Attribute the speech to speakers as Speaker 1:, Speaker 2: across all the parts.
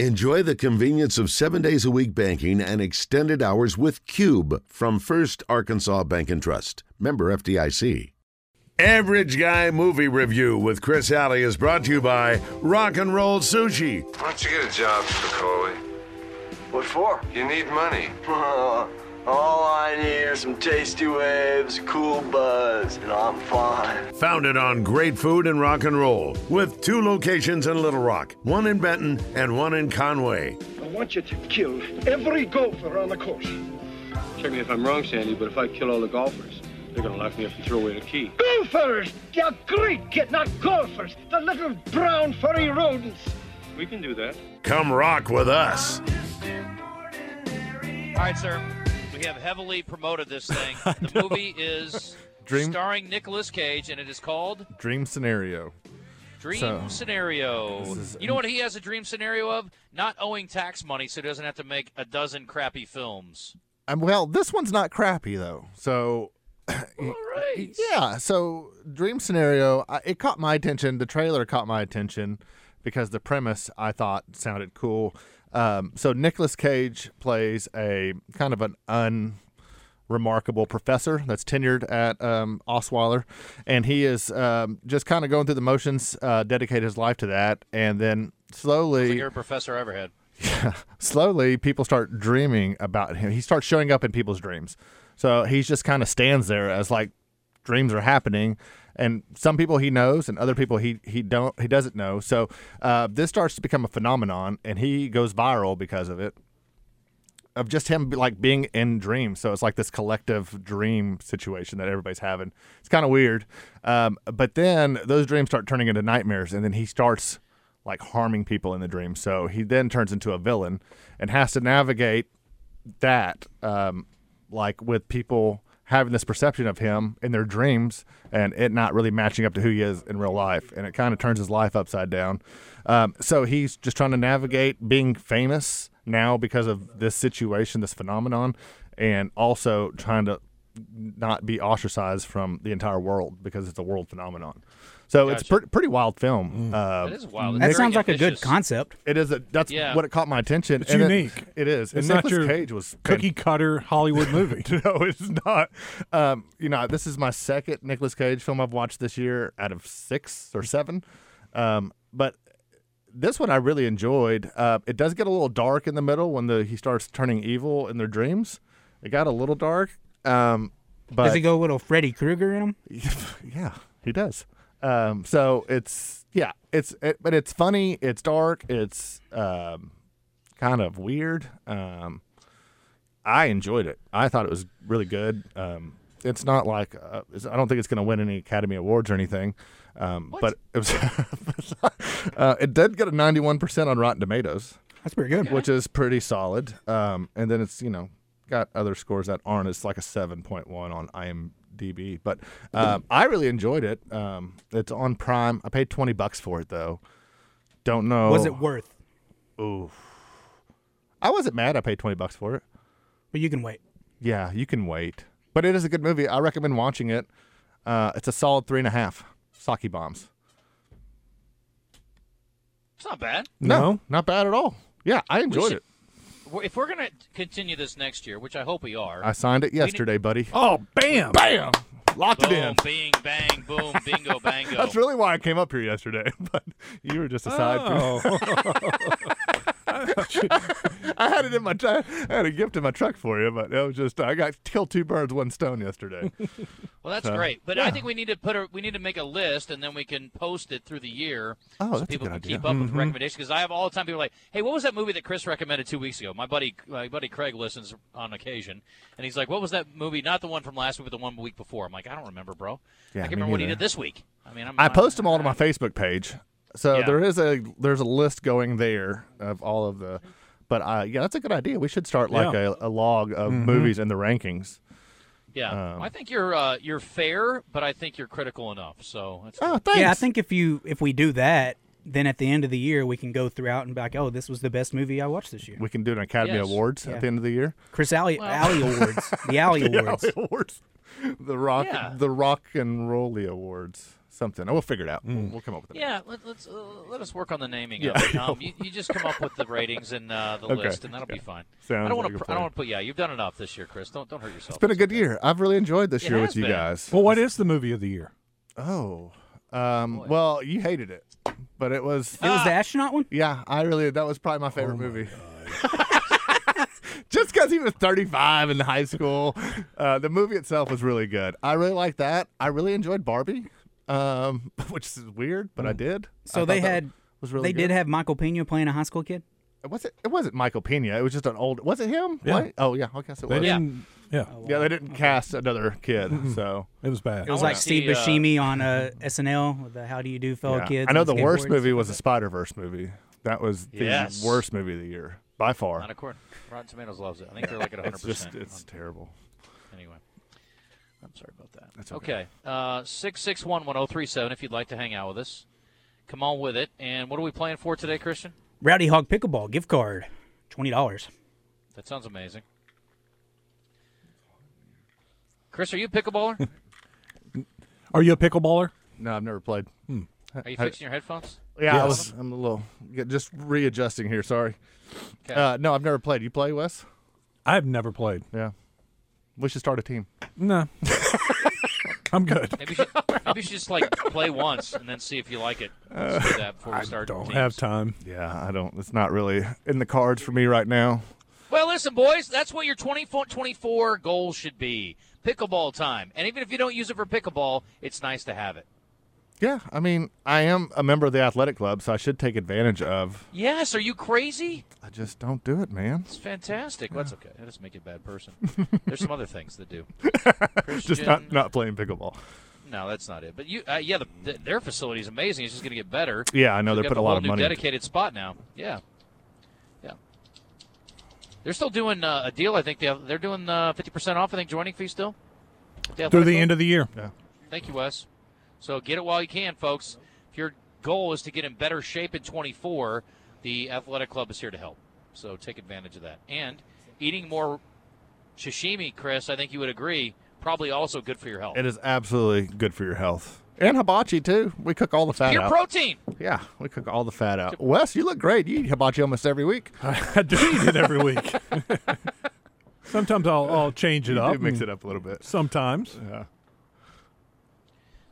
Speaker 1: Enjoy the convenience of seven days a week banking and extended hours with Cube from First Arkansas Bank and Trust. Member FDIC. Average Guy Movie Review with Chris Alley is brought to you by Rock and Roll Sushi.
Speaker 2: Why don't you get a job, Spicoli?
Speaker 3: What for?
Speaker 2: You need money.
Speaker 3: all I need are some tasty waves, cool buzz, and I'm fine.
Speaker 1: Founded on great food and rock and roll, with two locations in Little Rock, one in Benton and one in Conway.
Speaker 4: I want you to kill every golfer on the course.
Speaker 5: Check me if I'm wrong, Sandy, but if I kill all the golfers, they're gonna lock me up and throw away the key.
Speaker 4: Golfers! You're great, kid, not golfers. The little brown furry rodents.
Speaker 5: We can do that.
Speaker 1: Come rock with us.
Speaker 6: All right, sir. We have heavily promoted this thing. The movie is
Speaker 7: Dream-
Speaker 6: starring Nicolas Cage, and it is called
Speaker 7: dream scenario.
Speaker 6: Dream
Speaker 7: So,
Speaker 6: Scenario.
Speaker 7: this is-
Speaker 6: You know what he has a dream scenario of? Not owing tax money, so he doesn't have to make a dozen crappy films.
Speaker 7: Um, well, this one's not crappy though. So yeah, so dream scenario. I, it caught my attention. The trailer caught my attention because the premise I thought sounded cool. Um, so Nicolas Cage plays a kind of an unremarkable professor that's tenured at um, Osweiler, and he is um, just kind of going through the motions, uh, dedicate his life to that, and then slowly
Speaker 6: Like every professor I ever had.
Speaker 7: slowly people start dreaming about him. He starts showing up in people's dreams. So he just kind of stands there as like dreams are happening and some people he knows and other people he he don't he doesn't know. So uh, this starts to become a phenomenon and he goes viral because of it. Of just him like being in dreams, so it's like this collective dream situation that everybody's having. It's kind of weird, um, but then those dreams start turning into nightmares, and then he starts like harming people in the dream. So he then turns into a villain and has to navigate that, um, like with people having this perception of him in their dreams and it not really matching up to who he is in real life. And it kind of turns his life upside down. Um, so he's just trying to navigate being famous now because of this situation, this phenomenon, and also trying to not be ostracized from the entire world because it's a world phenomenon. So it's
Speaker 6: Gotcha.
Speaker 7: pre- pretty wild film.
Speaker 8: Mm.
Speaker 7: Uh,
Speaker 6: That is wild.
Speaker 9: That
Speaker 6: It's very
Speaker 9: sounds like a good
Speaker 6: ambitious.
Speaker 9: concept.
Speaker 7: it is a that's
Speaker 6: Yeah.
Speaker 7: what it caught my attention.
Speaker 8: It's
Speaker 7: And it-
Speaker 8: unique.
Speaker 7: it is. And
Speaker 8: It's not
Speaker 7: Nicolas
Speaker 8: your
Speaker 7: Cage was
Speaker 8: cookie cutter Hollywood movie.
Speaker 7: no, it's not. Um, you know, this is my second Nicolas Cage film I've watched this year out of six or seven. Um, but this one I really enjoyed. Uh, it does get a little dark in the middle when the he starts turning evil in their dreams. It got a little dark. Um, but
Speaker 9: Does it go a little Freddy Krueger in him?
Speaker 7: yeah, he does. Um, so it's yeah, it's it, but it's funny. It's dark. It's um, kind of weird. Um, I enjoyed it. I thought it was really good. Um, it's not like uh, it's, I don't think it's going to win any Academy Awards or anything. Um, but it was uh, it did get a ninety one percent on Rotten Tomatoes
Speaker 9: That's pretty good.
Speaker 7: which is pretty solid. Um, and then it's you know got other scores that aren't. It's like a seven point one on IMDb, but um, I really enjoyed it. Um, it's on Prime. I paid twenty bucks for it though. Don't know.
Speaker 9: Was it worth?
Speaker 7: I wasn't mad. I paid twenty bucks for it.
Speaker 9: But you can wait.
Speaker 7: Yeah, you can wait, but it is a good movie. I recommend watching it. Uh, it's a solid three and a half. Saki bombs.
Speaker 6: It's not bad.
Speaker 8: No.
Speaker 7: not bad at all. Yeah, I enjoyed
Speaker 6: should-
Speaker 7: it.
Speaker 6: We're- If we're going to continue this next year, which I hope we are,
Speaker 7: I signed it yesterday, buddy.
Speaker 8: Oh, bam!
Speaker 7: Bam, locked it
Speaker 6: boom,
Speaker 7: in.
Speaker 6: bing, bang, boom, bingo, bango.
Speaker 7: That's really why I came up here yesterday. But you were just a side.
Speaker 6: Oh.
Speaker 7: I had it in my tr- I had a gift in my truck for you, but it was just I got killed two birds one stone yesterday.
Speaker 6: Well, that's
Speaker 7: So,
Speaker 6: great, but I think we need to put a we need to make a list and then we can post it through the year
Speaker 7: Oh,
Speaker 6: so
Speaker 7: that's a
Speaker 6: people
Speaker 7: good
Speaker 6: can
Speaker 7: idea. Mm-hmm.
Speaker 6: keep up with recommendations. Because I have all the time people are like, hey, what was that movie that Chris recommended two weeks ago? My buddy my buddy Craig listens on occasion, and he's like, what was that movie? Not the one from last week, but the one week before. I'm like, I don't remember, bro.
Speaker 7: Yeah,
Speaker 6: I can't
Speaker 7: me
Speaker 6: remember what he
Speaker 7: neither.
Speaker 6: did this week. I mean, I'm,
Speaker 7: I
Speaker 6: I'm-
Speaker 7: post them all to my Facebook page, so
Speaker 6: Yeah.
Speaker 7: there is a there's a list going there of all of the. But I, yeah, that's a good idea. We should start like
Speaker 8: Yeah.
Speaker 7: a, a log of movies and the rankings.
Speaker 6: Yeah, Well,
Speaker 7: Oh.
Speaker 6: I think you're uh, you're fair, but I think you're critical enough. So that's
Speaker 7: Oh, thanks.
Speaker 9: Yeah, I think if you if we do that, then at the end of the year we can go throughout and be like, oh, this was the best movie I watched this year.
Speaker 7: we can do an Academy
Speaker 6: Yes.
Speaker 7: Awards at the end of the year.
Speaker 9: Chris Alley Alley Awards, the Alley Awards.
Speaker 7: Awards, the rock,
Speaker 6: Yeah.
Speaker 7: the rock and rolly awards. something. Oh, We'll figure it out.
Speaker 9: Mm.
Speaker 7: We'll, we'll come up with it.
Speaker 6: Yeah, let, let's uh, let us work on the naming. of it. Um, you, you just come up with the ratings and uh, the
Speaker 7: Okay.
Speaker 6: list, and that'll be fine. I
Speaker 7: Sounds
Speaker 6: don't want
Speaker 7: like a
Speaker 6: to. I
Speaker 7: plan.
Speaker 6: don't want to put. Yeah, you've done enough this year, Chris. Don't don't hurt yourself.
Speaker 7: It's been a good year. I've really enjoyed this
Speaker 6: It
Speaker 7: year
Speaker 6: has
Speaker 7: with you
Speaker 6: been.
Speaker 7: guys.
Speaker 8: Well, what is the movie of the year?
Speaker 7: Oh, um, well, you hated it, but it was
Speaker 9: It was
Speaker 6: Ah.
Speaker 9: the astronaut one.
Speaker 7: yeah. I really that was
Speaker 8: Oh
Speaker 7: probably my favorite movie. Just because he was 35 in high school, uh, the movie itself was really good. I really liked that. I really enjoyed Barbie, um, which is weird, but I did. I
Speaker 9: Mm. So
Speaker 7: thought
Speaker 9: they
Speaker 7: that
Speaker 9: had.
Speaker 7: was really
Speaker 9: they did
Speaker 7: good.
Speaker 9: have Michael Pena playing a high school kid.
Speaker 7: Was it? It wasn't Michael Pena. It was just an old. Was it him?
Speaker 8: Yeah.
Speaker 7: What? Oh yeah. Okay. So it
Speaker 8: They
Speaker 7: was.
Speaker 6: Yeah.
Speaker 8: didn't. Yeah,
Speaker 7: Yeah, Mm-hmm. they didn't cast another kid. So
Speaker 8: it was bad.
Speaker 9: It was
Speaker 6: wanna
Speaker 9: like Steve
Speaker 6: see, uh,
Speaker 9: Buscemi on uh, SNL with the "How do you do, fellow
Speaker 7: Yeah.
Speaker 9: kids?"
Speaker 7: I know
Speaker 9: and
Speaker 7: the worst
Speaker 9: skateboards.
Speaker 7: movie was a Spider Verse movie. That was the
Speaker 6: Yes.
Speaker 7: worst movie of the year by far.
Speaker 6: Not according. Rotten Tomatoes loves it. I think they're like at 100.
Speaker 7: It's just
Speaker 6: percent Um,
Speaker 7: it's terrible.
Speaker 6: Anyway, I'm sorry about that. That's okay. uh, Six six one one zero three seven. If you'd like to hang out with us, come on with it. And what are we playing for today, Christian?
Speaker 9: Rowdy Hog Pickleball gift card, twenty dollars.
Speaker 6: That sounds amazing. Chris, are you a pickleballer?
Speaker 8: Are you a pickleballer?
Speaker 7: No, I've never played.
Speaker 6: Are you fixing your headphones?
Speaker 7: Yeah, I
Speaker 8: Yes.
Speaker 7: was, I'm a little yeah, just readjusting here. Sorry.
Speaker 6: 'Kay.
Speaker 7: Uh, no, I've never played. You play, Wes?
Speaker 8: I've never played.
Speaker 7: Yeah. We should start a team.
Speaker 8: No, I'm good.
Speaker 6: Maybe you should, maybe you should just like play once and then see if you like it. Let's do that before we start.
Speaker 8: Don't
Speaker 6: teams.
Speaker 8: have time.
Speaker 7: Yeah, I don't. It's not really in the cards for me right now.
Speaker 6: Well, listen, boys, that's what your 24, 24 goal should be. Pickleball time. And even if you don't use it for pickleball, it's nice to have it.
Speaker 7: Yeah, I mean, I am a member of the athletic club, so I should take advantage of.
Speaker 6: Yes, are you crazy?
Speaker 7: I just don't do it, man.
Speaker 6: It's fantastic. Well, that's okay. That doesn't make you a bad person. There's some other things that do.
Speaker 7: Just
Speaker 6: Christian-
Speaker 7: not not playing pickleball.
Speaker 6: No, that's not it. But you, uh, yeah, the, th their facility is amazing. It's just going to get better.
Speaker 7: Yeah, I know
Speaker 6: They've got
Speaker 7: they put
Speaker 6: the
Speaker 7: a lot
Speaker 6: whole
Speaker 7: of
Speaker 6: new
Speaker 7: money. into-
Speaker 6: Dedicated spot now. Yeah, yeah. They're still doing uh, a deal. I think they have, they're doing uh, fifty percent off. I think joining fee still.
Speaker 8: Through the end of the year.
Speaker 6: Thank you, Wes. So get it while you can, folks. If your goal is to get in better shape in 24, the athletic club is here to help. So take advantage of that. And eating more sashimi, Chris, I think you would agree, probably also good for your health.
Speaker 7: It is absolutely good for your health. And hibachi too. We cook all the fat
Speaker 6: Pure
Speaker 7: out.
Speaker 6: protein.
Speaker 7: yeah, we cook all the fat out. Wes, you look great. You eat hibachi almost every week.
Speaker 8: I do eat it every week. Sometimes I'll, I'll change it
Speaker 7: You
Speaker 8: up.
Speaker 7: do mix
Speaker 8: and
Speaker 7: it up a little bit.
Speaker 8: Sometimes.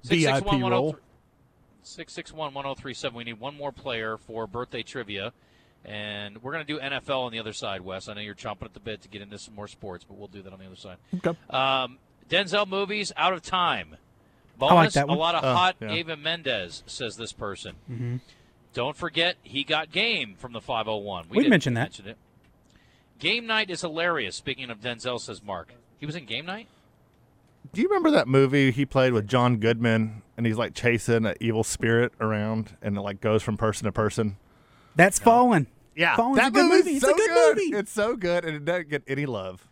Speaker 6: Six-six-one,
Speaker 8: VIP
Speaker 6: one oh
Speaker 8: roll.
Speaker 6: thr- Six six one one zero three seven. We need one more player for birthday trivia, and we're going to do NFL on the other side. Wes, I know you're chomping at the bit to get into some more sports, but we'll do that on the other side.
Speaker 8: Okay.
Speaker 6: Um, Denzel movies out of time. Bonus,
Speaker 9: like that
Speaker 6: a
Speaker 9: one. Uh, Mm-hmm.
Speaker 6: lot of
Speaker 7: Oh,
Speaker 6: hot
Speaker 7: yeah.
Speaker 6: Ava Mendez says this person. Don't forget he got game from the 501.
Speaker 9: We
Speaker 6: didn't
Speaker 9: mentioned that.
Speaker 6: mention it. Game night is hilarious. Speaking of Denzel, says Mark, he was in game night.
Speaker 7: Do you remember that movie he played with John Goodman and he's like chasing an evil spirit around and it like goes from person to person?
Speaker 9: That's Fallen.
Speaker 7: Yeah.
Speaker 9: Fallen's
Speaker 7: that
Speaker 9: a good
Speaker 7: movie's
Speaker 9: movie.
Speaker 7: So
Speaker 9: it's a good, movie.
Speaker 7: It's so good and it doesn't get any love.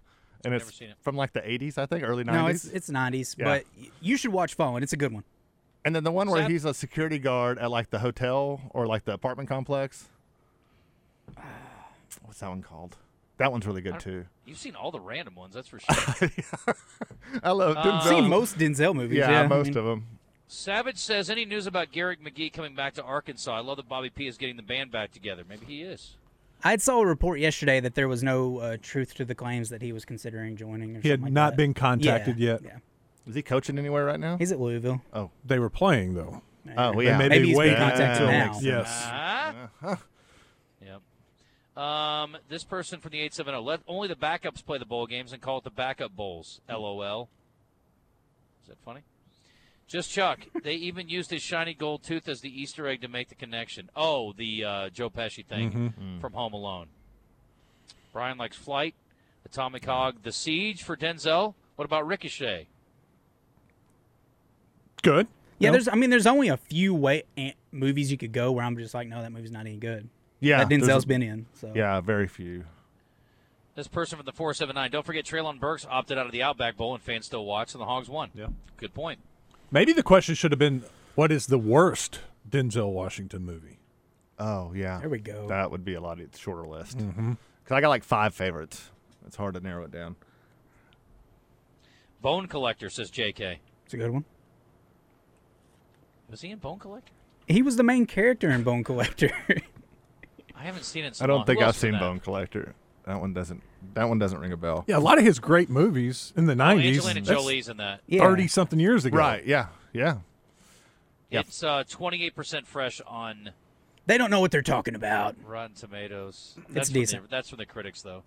Speaker 7: And
Speaker 6: never
Speaker 7: it's
Speaker 6: seen it.
Speaker 7: from like the 80s, I think, early 90s.
Speaker 9: no, it's it's nineties,
Speaker 7: Yeah.
Speaker 9: but y- you should watch Fallen. It's a good one.
Speaker 7: and then the one where
Speaker 6: Sad-
Speaker 7: he's a security guard at like the hotel or like the apartment complex. What's that one called? That one's really good too.
Speaker 6: You've seen all the random ones, that's for sure.
Speaker 7: I love
Speaker 6: Uh,
Speaker 9: I've seen most Denzel movies.
Speaker 7: Um, Yeah,
Speaker 9: Yeah,
Speaker 7: most
Speaker 9: I mean,
Speaker 7: of them.
Speaker 6: Savage says, any news about Garrick McGee coming back to Arkansas? I love that Bobby P is getting the band back together. Maybe he is.
Speaker 9: I saw a report yesterday that there was no uh, truth to the claims that he was considering joining. Or
Speaker 8: He had
Speaker 9: something like
Speaker 8: not
Speaker 9: that.
Speaker 8: been contacted
Speaker 9: Yeah,
Speaker 8: yet.
Speaker 9: Yeah,
Speaker 7: Is he coaching anywhere right now?
Speaker 9: he's at Louisville.
Speaker 8: They were playing though.
Speaker 7: Oh, well, yeah.
Speaker 8: Maybe,
Speaker 9: Maybe he's
Speaker 8: wait
Speaker 9: been contacted
Speaker 8: until-
Speaker 9: now.
Speaker 8: Yes.
Speaker 6: Ah. Yep. Um, this person from the 870, let only the backups play the bowl games and call it the backup bowls. LOL. Is that funny? Just Chuck. they even used his shiny gold tooth as the Easter egg to make the connection. Oh, the uh, Joe Pesci thing from Home Alone. Brian likes Flight, Atomic Hog, The Siege for Denzel. What about Ricochet?
Speaker 8: Good.
Speaker 9: Yeah,
Speaker 8: No?
Speaker 9: there's. I mean, there's only a few way eh, movies you could go where I'm just like, no, that movie's not any good.
Speaker 7: yeah,
Speaker 9: that
Speaker 7: there's
Speaker 9: Denzel's
Speaker 7: a-
Speaker 9: been in. So
Speaker 7: Yeah, very few.
Speaker 6: This person from the 479. Don't forget Traylon Burks opted out of the Outback Bowl and fans still watch, and the Hogs won.
Speaker 8: Yeah.
Speaker 6: Good point.
Speaker 8: Maybe the question should have been, "What is the worst Denzel Washington movie?"
Speaker 7: Oh yeah.
Speaker 9: There we go. Mm-hmm.
Speaker 7: That would be a lot of- shorter list. Because I got like five favorites. It's hard to narrow it down.
Speaker 6: Bone Collector, says JK.
Speaker 9: it's a good one.
Speaker 6: Was he in Bone Collector?
Speaker 9: He was the main character in Bone Collector.
Speaker 6: I haven't seen it. So
Speaker 7: I don't
Speaker 6: long.
Speaker 7: think
Speaker 6: Who
Speaker 7: I've
Speaker 6: else was in
Speaker 7: seen
Speaker 6: that?
Speaker 7: Bone Collector. That one doesn't. That one doesn't ring a bell.
Speaker 8: Yeah, a lot of his great movies in the
Speaker 6: Oh,
Speaker 8: nineties.
Speaker 6: Angelina Jolie's in that.
Speaker 9: yeah.
Speaker 8: Thirty something years ago.
Speaker 7: Right. Yeah. Yeah. Yep.
Speaker 6: It's uh, 28% fresh on
Speaker 9: They don't know what they're talking about.
Speaker 6: Rotten Tomatoes. That's
Speaker 9: It's
Speaker 6: from the-
Speaker 9: decent.
Speaker 6: that's from the critics, though.